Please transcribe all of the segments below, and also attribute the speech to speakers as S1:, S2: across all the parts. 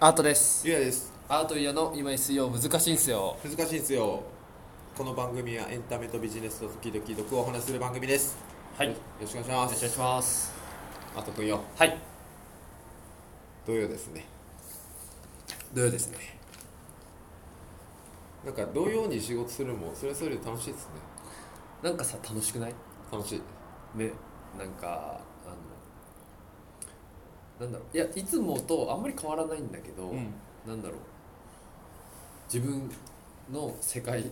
S1: アートです
S2: ゆうやです
S1: アートイヤの今井水曜難しいんすよ
S2: 難しいんですよこの番組はエンタメとビジネスと時々毒をお話しする番組です
S1: はい
S2: よろしくお願いします
S1: します
S2: あとくんよ
S1: はい
S2: 土曜ですね
S1: 土曜ですね
S2: なんか土曜に仕事するもそれはそれで楽しいですね
S1: なんかさ楽しくない
S2: 楽しい
S1: ねなんかあのなんだろういやいつもとあんまり変わらないんだけど、なんだろう自分の世界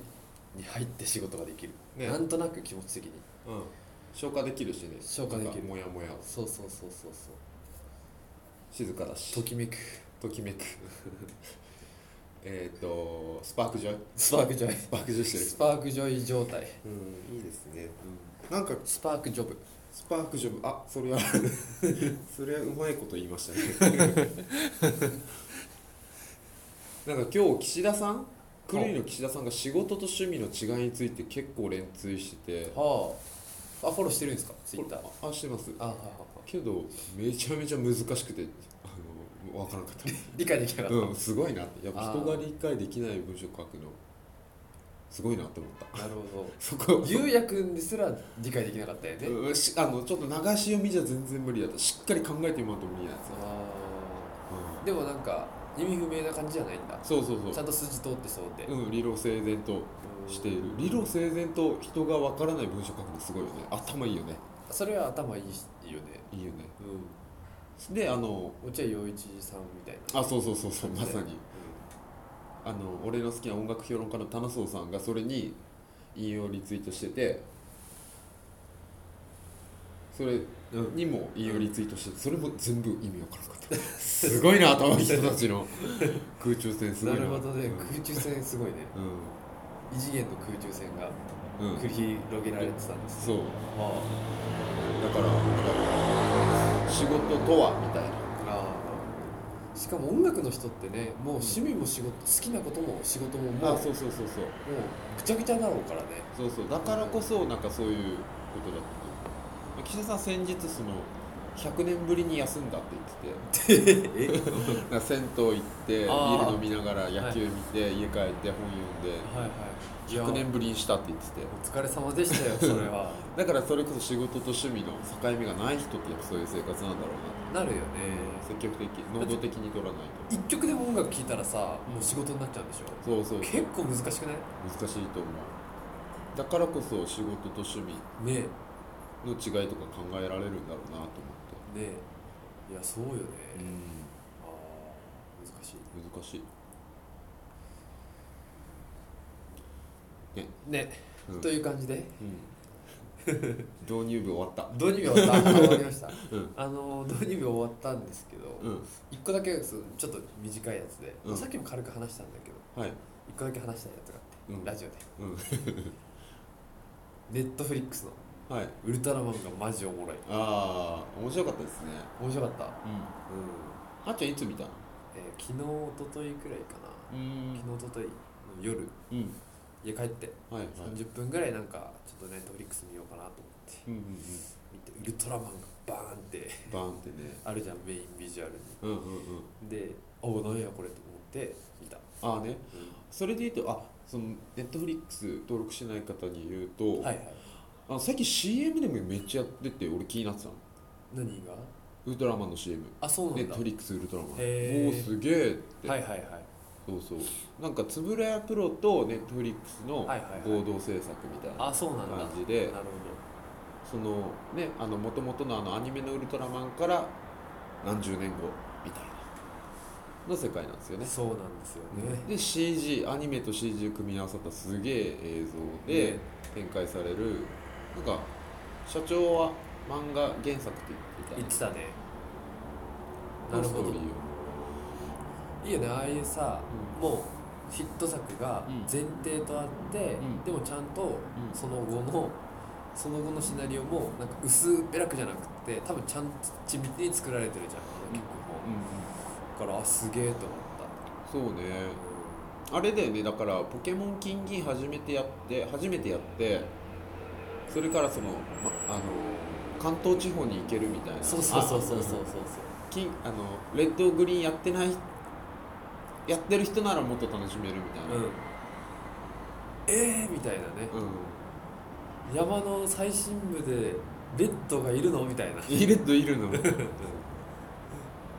S1: に入って仕事ができる、
S2: ね
S1: なんとなく気持ち的に
S2: うん消化できるしね
S1: 消化できる
S2: なんかもやもや
S1: そうそうそうそうそう
S2: 静かだし
S1: ときめく
S2: ときめく えっとスパークジョイ
S1: スパークジョイ
S2: スパークジョイしてる
S1: スパークジョイ状態、
S2: うんいいですねなんか
S1: スパークジョブ
S2: スパークジョブあそれは それはうまいこと言いま したねなんか今日岸田さん狂いの岸田さんが仕事と趣味の違いについて結構連追してて
S1: はああフォローしてるんですかツイッター
S2: ああしてます
S1: あはいはいはい
S2: けどめちゃめちゃ難しくてあの分からなか っ
S1: 理解できなか
S2: た、
S1: った、
S2: うん、すごいなってやっぱ人が理解できない文章書くのすごいなって思った
S1: なるほど
S2: そ こ
S1: ゆうやくんですら理解できなかったよね、
S2: うんしあのちょっと流し読みじゃ全然無理だったしっかり考えてもらうと無理なんですよ、
S1: あ
S2: うん
S1: ーでもなんか意味不明な感じじゃないんだ
S2: そうそう
S1: ち
S2: そ
S1: ゃん
S2: う。
S1: と筋通ってそうで、
S2: うん、理路整然としている。理路整然と人がわからない文章書くのすごいよね。頭いいよね。
S1: それは頭いいよね
S2: いいよね。
S1: う
S2: で、あの、
S1: ん落合陽一さんみたいな
S2: あ、そうそうそうそう、
S1: 感
S2: ま
S1: じだ
S2: さ
S1: よね
S2: に。あの、俺の好きな音楽評論家の棚荘さんがそれに引用リツイートしてて、それ
S1: うん
S2: にも引用リツイートしてて、それも全部意味わからなかった。すごいな、頭いい人たちの空中戦すご
S1: ない
S2: な。
S1: るほどね、
S2: うん
S1: 空中戦すごいね異次元の空中戦が
S2: うん。うん
S1: 繰。り広げられてたんです、
S2: そう。
S1: ま
S2: だから仕事とはみたいな
S1: ああーしかも音楽の人ってねもう趣味も仕事、好きなことも仕事ももう
S2: あそうそうそうそ
S1: も
S2: う
S1: うぐちゃぐちゃだろうからね
S2: そうそうだからこそなんかそういうことだったね岸田さん先日その100年ぶりに休んだって 言ってて なんか銭湯行ってビ
S1: あー
S2: ール飲みながら野球見て、家帰って本
S1: はいはい
S2: 読んで100
S1: や
S2: 年ぶりにしたって言ってて
S1: お疲れ様でしたよそれは
S2: だからそれこそ仕事と趣味の境目がない人ってやっぱそういう生活なんだろ
S1: なるよね
S2: うな、積極的能動的に取らないと
S1: 一曲でも音楽聴いたらさもう仕事になっちゃうんでしょ
S2: そうそうそ
S1: 結
S2: う
S1: 構難しくない
S2: 難しいと思うだからこそ仕事と趣味
S1: ね
S2: の違いとか考えられるんだろうなと思って
S1: えねえいやそうよね、
S2: う
S1: ああ難しい
S2: ん難しい、
S1: ね、
S2: うん
S1: という感じで
S2: うん、 導入部終わった
S1: 導入部終わったあ終わりました、
S2: うん
S1: あの導入部終わったんですけど、
S2: うん
S1: 一個だけそのちょっと短いやつで、
S2: うん
S1: さっきも軽く話したんだけど
S2: はい、
S1: 一個だけ話したいやつがあって、
S2: うん
S1: ラジオで
S2: うん、
S1: ネットフリックスの
S2: はい
S1: ウルトラマンがマジおもろい
S2: ああ面白かったですね
S1: 面白かった
S2: うん
S1: うん
S2: あっちゃんいつ見たの
S1: えー昨日一昨日くらいかな、
S2: うん
S1: 昨日一昨日の夜
S2: うん
S1: 家帰って
S2: はいはい
S1: 30分ぐらいなんかちょっとネットフリックス見ようかなと思って
S2: うんうんうん
S1: 見てウルトラマンがバーンって
S2: バーンってね
S1: あるじゃんメインビジュアル
S2: うんうんうん
S1: にでおお何やこれと思って見た、
S2: ああねそれで言うとあそのネットフリックス登録してない方に言うと、
S1: はいはい
S2: あの最近 CM でもめっちゃやってて俺気になってたの
S1: 何が
S2: ウルトラマンの CM
S1: あそうな
S2: ネ
S1: ん
S2: ッ
S1: だ
S2: トフリックスウルトラマン
S1: へー
S2: おおすげえって、
S1: はいはいはい
S2: そうそうなんか円谷プロとネットフリックスの
S1: はいはいはい
S2: 合同制作みたいな
S1: あそうなんだ
S2: 感じで、
S1: なる
S2: そのねあの元々のあのアニメのウルトラマンから何十年後みたいなの世界なんです
S1: ほ
S2: よ
S1: ど
S2: ね
S1: そうなんですよね
S2: で CG アニメと CG を組み合わさったすげえ映像で
S1: ね
S2: 展開されるなんか社長は漫画原作って言ってた
S1: 言ってたね
S2: な
S1: な
S2: る
S1: る
S2: ほ
S1: ほ
S2: ど
S1: どいいよねああいうさ、もうヒット作が
S2: うん
S1: 前提とあって、
S2: うん
S1: でもちゃんと
S2: ん
S1: その後のその後のシナリオもなんか薄っぺらくじゃなくて多分ちゃんと緻密に作られてるじゃんあの曲も、だからあすげえと思っ
S2: そうねあれだよねだからポケモン金銀初めてやって初めてやってそれからその、ま、あの関東地方に行けるみたいな
S1: たそうそうそうそうそう
S2: あ
S1: そうそう
S2: 金あのレッドグリーンやってないやってる人ならもっと楽しめるみたいな、
S1: うん、えーみたいなね
S2: う
S1: 山の最深部でレッドがいるのみたいな
S2: ん、イレッドい るの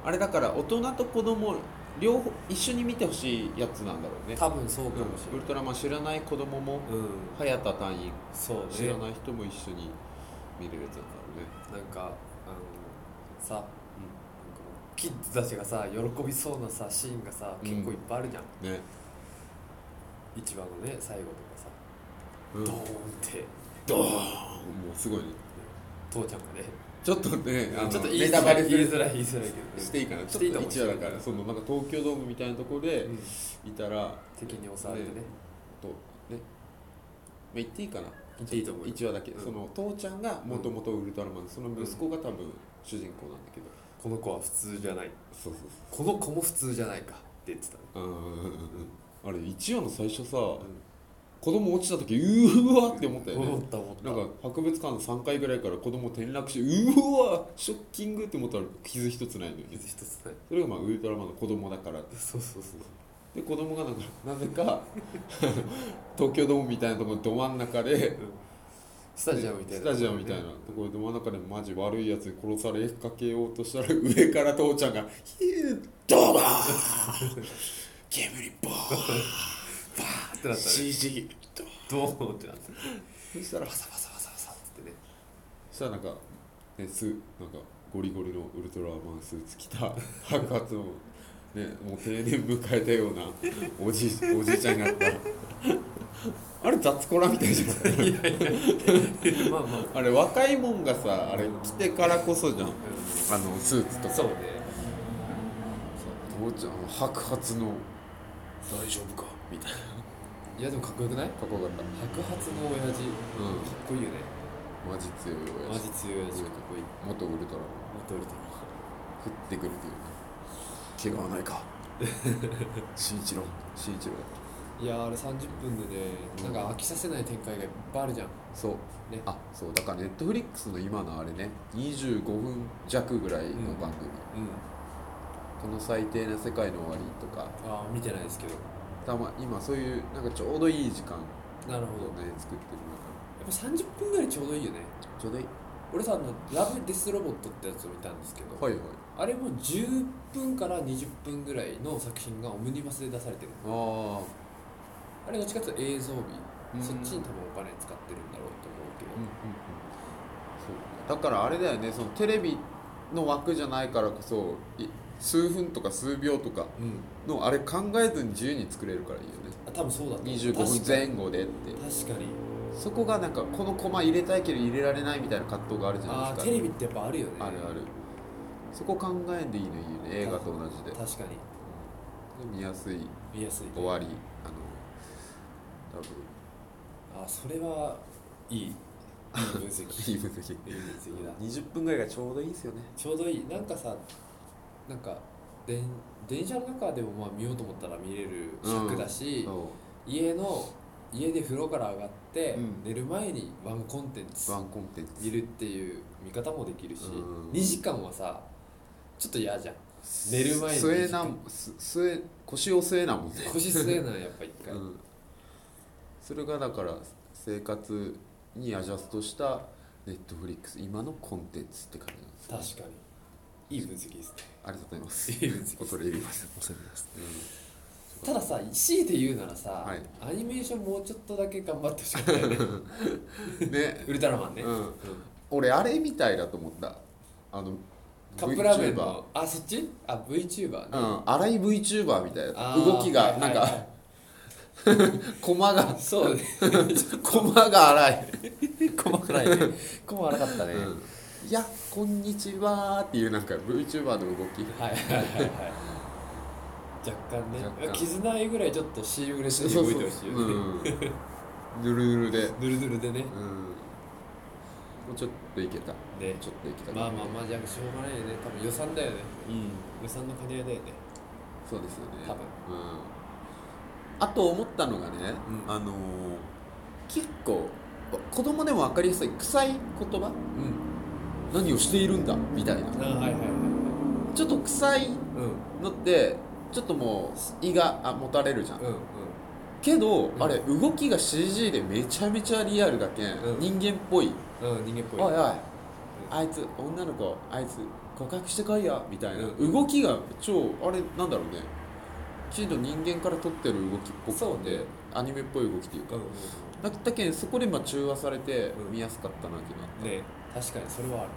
S2: あれだから大人と子供両方一緒に見てほしいやつなんだろうね
S1: 多分そう
S2: うん
S1: かもし
S2: ウ
S1: れ
S2: ル
S1: ない
S2: トラマン知らない子供も
S1: うん、
S2: 早田隊員
S1: そうね
S2: 知らない人も一緒に見れるやつなんだろう
S1: な
S2: ね
S1: んかあのさ、なんかキッズたちがさ喜びそうなさシーンがさ結構いっぱいあるじゃん、
S2: ね、
S1: 一番のね最後とかさ、
S2: うん、
S1: ド
S2: ド
S1: ーン
S2: ー
S1: って
S2: ンもうすごいね
S1: 父ちゃんがね
S2: ちょっとねあの
S1: ちょっと言い
S2: ネ
S1: づ
S2: タ
S1: ら
S2: バ
S1: い言
S2: レす
S1: い
S2: る
S1: づらい言いづらいけど、ね、
S2: していいかなち
S1: し
S2: ょ
S1: てい
S2: っ
S1: いか
S2: と
S1: もし
S2: 一
S1: れ
S2: 話
S1: ない
S2: だからそのなんか東京ドームみたいなところで
S1: うん
S2: いたら
S1: 敵に襲われてね
S2: ねとね、まあ、言っていいかな
S1: 言っていいと思うよ
S2: 1話だけ、
S1: うん
S2: その父ちゃんがもともとウルトラマンでその息子が多分主人公なんだけど、
S1: この子は普通じゃない
S2: そうそう
S1: こ
S2: そ
S1: の子も普通じゃないかって言ってたね
S2: ううんうんうんうんあれ1話の最初さ、
S1: ん
S2: 子供落ちた時うーわって思ったよね、
S1: 思った思った
S2: なんか博物館の3階ぐらいから子供転落してうわショッキングって思ったら傷一つないのよね
S1: 水一つない
S2: それがまあウルトラマンの子供だから
S1: そうそうそう
S2: で子供がなんかなぜか 東京ドームみたいなところど真ん中で
S1: スタジアムみたいな
S2: スタジアムみたいなところで真ん中でマジ悪いやつに殺されかけようとしたら上から父ちゃんが「ヒュードバ ーン!」「煙ボーン!」
S1: パーってなったね
S2: CG ドーン
S1: ドーンってなったね
S2: そしたら
S1: バサバサバサバサってね
S2: そしたらなんか、ね、スーなんかゴリゴリのウルトラマンスーツ着た白髪の、ね、もう定年迎えたようなおじおじいちゃんになったあれ雑コラみたいじゃない
S1: まあまあ
S2: あれ若いもんがさあれ着てからこそじゃんあのスーツとか
S1: そうね
S2: 父ちゃん白髪の大丈夫かみたいない
S1: やでもかっこよくない
S2: かっこよかったう
S1: 白髪の親父か
S2: ん
S1: っこいいよね
S2: マジ強い
S1: マ
S2: 親
S1: ジ
S2: 父
S1: 強い親父かっこいい
S2: 元ウルトラマン
S1: 元ウルトラ
S2: 降ってくるというね怪我はな いか新一郎新一郎だっ
S1: いやーあれ30分でねなんか飽きさせない展開がいっぱいあるじゃん
S2: けそう
S1: ね
S2: あそうだからネットフリックスの今のあれね25分弱ぐらいの番組、
S1: うん
S2: この最低な世界の終わりとか
S1: ああ見てないですけど
S2: たま今そういうなんかちょうどいい時間を
S1: なるほどやっ
S2: ね作ってる中
S1: ぱ30分ぐらいちょうどいいよね
S2: ちょうどいい
S1: 俺さあの「ラブ・デス・ロボット」ってやつを見たんですけど、
S2: はいはい
S1: あれも10分から20分ぐらいの作品がオムニバスで出されてる
S2: あ
S1: あれどっちかっていうと映像
S2: うん
S1: 美そっちに多分お金使ってるんだろうと思うけど
S2: うんうんうんそうだからあれだよねそのテレビの枠じゃないからこそい数分とか数秒とか
S1: うん
S2: のあれ考えずに自由に作れるからいいよね
S1: あ多分そうだと思う
S2: 25分前後でって
S1: 確かに確かに
S2: そこがなんかこのコマ入れたいけど入れられないみたいな葛藤があるじゃない
S1: あ
S2: で
S1: あ
S2: すか
S1: テレビってやっぱあるよね
S2: あるあるそこ考えんでいいのいいよね映画と同じでで
S1: 確かに
S2: 見やすい
S1: 見やすい
S2: 終わりあの多
S1: あそれはいいいい分析
S2: 分い
S1: いい
S2: い分析
S1: 分析だ
S2: 20分ぐらいがちょうどいいですよね
S1: ちょうどいいなんかさなんか電電車の中でもまあ見ようと思ったら見れる尺だし、
S2: そ
S1: 家の家で風呂から上がって、
S2: うん
S1: 寝る前にワンコンテン
S2: う
S1: ツ
S2: ワンコンテンツ
S1: 見るっていう見方もできるし、
S2: うん
S1: 2時間はさちょっと嫌じゃん寝る前に
S2: 据えなんす据え腰を据えなもんね
S1: 腰据えないやっぱ一回、
S2: うん、それがだから生活にアジャストしたネットフリックス今のコンテンツって感じなんですね
S1: 確かにいい分析ですね
S2: ありがとうございます
S1: いい分析です
S2: 恐れ入ります
S1: 恐れ入ります
S2: う
S1: たださ強いて言うならさ、
S2: はい
S1: アニメーションもうちょっとだけ頑張ってほしかった よね
S2: んね
S1: ウルトラマンね、
S2: う
S1: うん
S2: ん俺あれみたいだと思ったあの
S1: カップラーメン
S2: VTuber
S1: のあそっちあ VTuber ね、
S2: うん、荒い VTuber みたい
S1: あ
S2: な
S1: ー
S2: 動きが
S1: はいは
S2: ないん
S1: は
S2: か
S1: い
S2: 駒が
S1: そうね
S2: 駒が荒い、
S1: 細かいね 細かったね、
S2: うんいやこんにちはーっていうなんか VTuber の動き
S1: はいはいはいはい若干ね
S2: 若干
S1: 絆愛ぐらいちょっと CM レスに動いてほしいよね
S2: うん、ぬるぬるで、
S1: ぬるぬるでね
S2: うん、もうちょっといけた
S1: ね
S2: ちょっといけた
S1: まあまあまあじゃあしょうがないよね多分予算だよね
S2: うん
S1: 予算の兼ね合いだよね
S2: そうですよね
S1: 多分
S2: うん、あと思ったのがね、
S1: うん
S2: あのー結構子供でも分かりやすい臭い言葉
S1: うん
S2: 何をしているんだみたいな
S1: あはいはいはいはい
S2: ちょっと臭い
S1: うん
S2: のってちょっともう胃があ持たれるじゃん
S1: うんうん
S2: けど、
S1: ん
S2: あれ動きが CG でめちゃめちゃリアルだけん、
S1: うん
S2: 人間っぽい
S1: うん、人間っぽい。
S2: おいおいあいつ女の子あいつ告白してこいよみたいな、
S1: うん
S2: 動きが超あれなんだろうねきちんと人間から取ってる動きっぽくて
S1: そうね
S2: アニメっぽい動きっていうか
S1: うんうん
S2: だったけんそこでまあ中和されて
S1: うん
S2: 見やすかったなってな
S1: うん、ね確かにそれはある。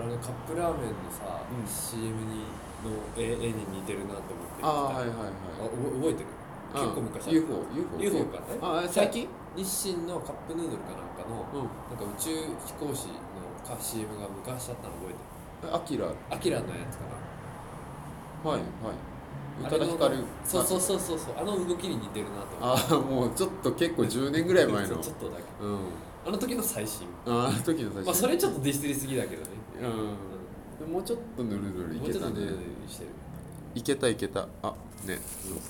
S1: 俺あのカップラーメンのさ、
S2: うん
S1: CM にの絵絵に似てるなと思って見てた
S2: ああーはいはい
S1: あ
S2: はい
S1: おぼ覚えてる
S2: うん
S1: 結構昔
S2: UFO UFO
S1: UFO かえ
S2: ああ最近
S1: 日清のカップヌードルかなんかの
S2: う
S1: なんか宇宙飛行士のか CM が昔あったの覚えてる
S2: んアキラはい
S1: アキラのやつか
S2: はい宇
S1: な
S2: 多田ヒカル
S1: あれのそうそうそうそうそうあの動きに似てるなと思って
S2: ああもうちょっと結構10年ぐらい前の
S1: そうちょっとだけ
S2: うん
S1: あの時の最新
S2: あの時の最初
S1: まあそれちょっとディスりすぎだけどね
S2: うんもうちょっとぬるぬるい
S1: もうち
S2: け
S1: ょったとね
S2: ね
S1: してる
S2: いけたいけたあねそうそうそうそう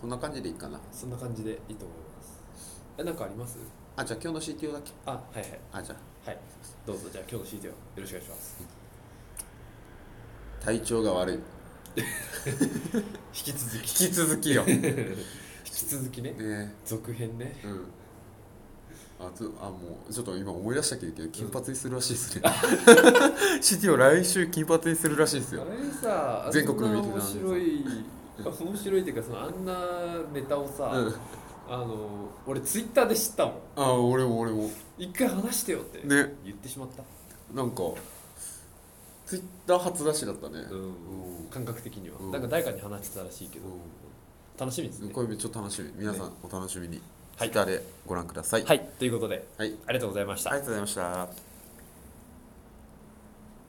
S2: そんな感じでいいかな
S1: そんな感じでいいと思いますえなんかあります
S2: あじゃあ今日の CTO だけ
S1: あはいはい
S2: あじゃあ
S1: はいどうぞじゃあ今日の CT をよろしくお願いします
S2: 体調が悪い
S1: 引き続き
S2: 引き続きよ ね
S1: 引き続きね
S2: え
S1: 続編ね
S2: うんあつあもうちょっと今思い出したけど金髪にするらしいですね CTO 来週金髪にするらしいですよ
S1: あれさ
S2: 全国の
S1: あ
S2: リ
S1: ん
S2: スナー
S1: な面
S2: の
S1: 白い 面白いっていうかそのあんなネタをさ、
S2: うん
S1: あの俺ツイッターで知ったもん
S2: あ俺も俺も
S1: 一回話してよって
S2: ね
S1: 言ってしまった、
S2: なんかツイッター初出しだったね
S1: うん
S2: うん
S1: 感覚的には、
S2: うん
S1: なんか誰かに話してたらしいけど、
S2: うん
S1: 楽しみですね
S2: これちょっと楽しみ皆さんお楽しみに
S1: はい
S2: Twitter でご覧ください
S1: はいということで
S2: はい、
S1: ありがとうございました
S2: ありがとうございました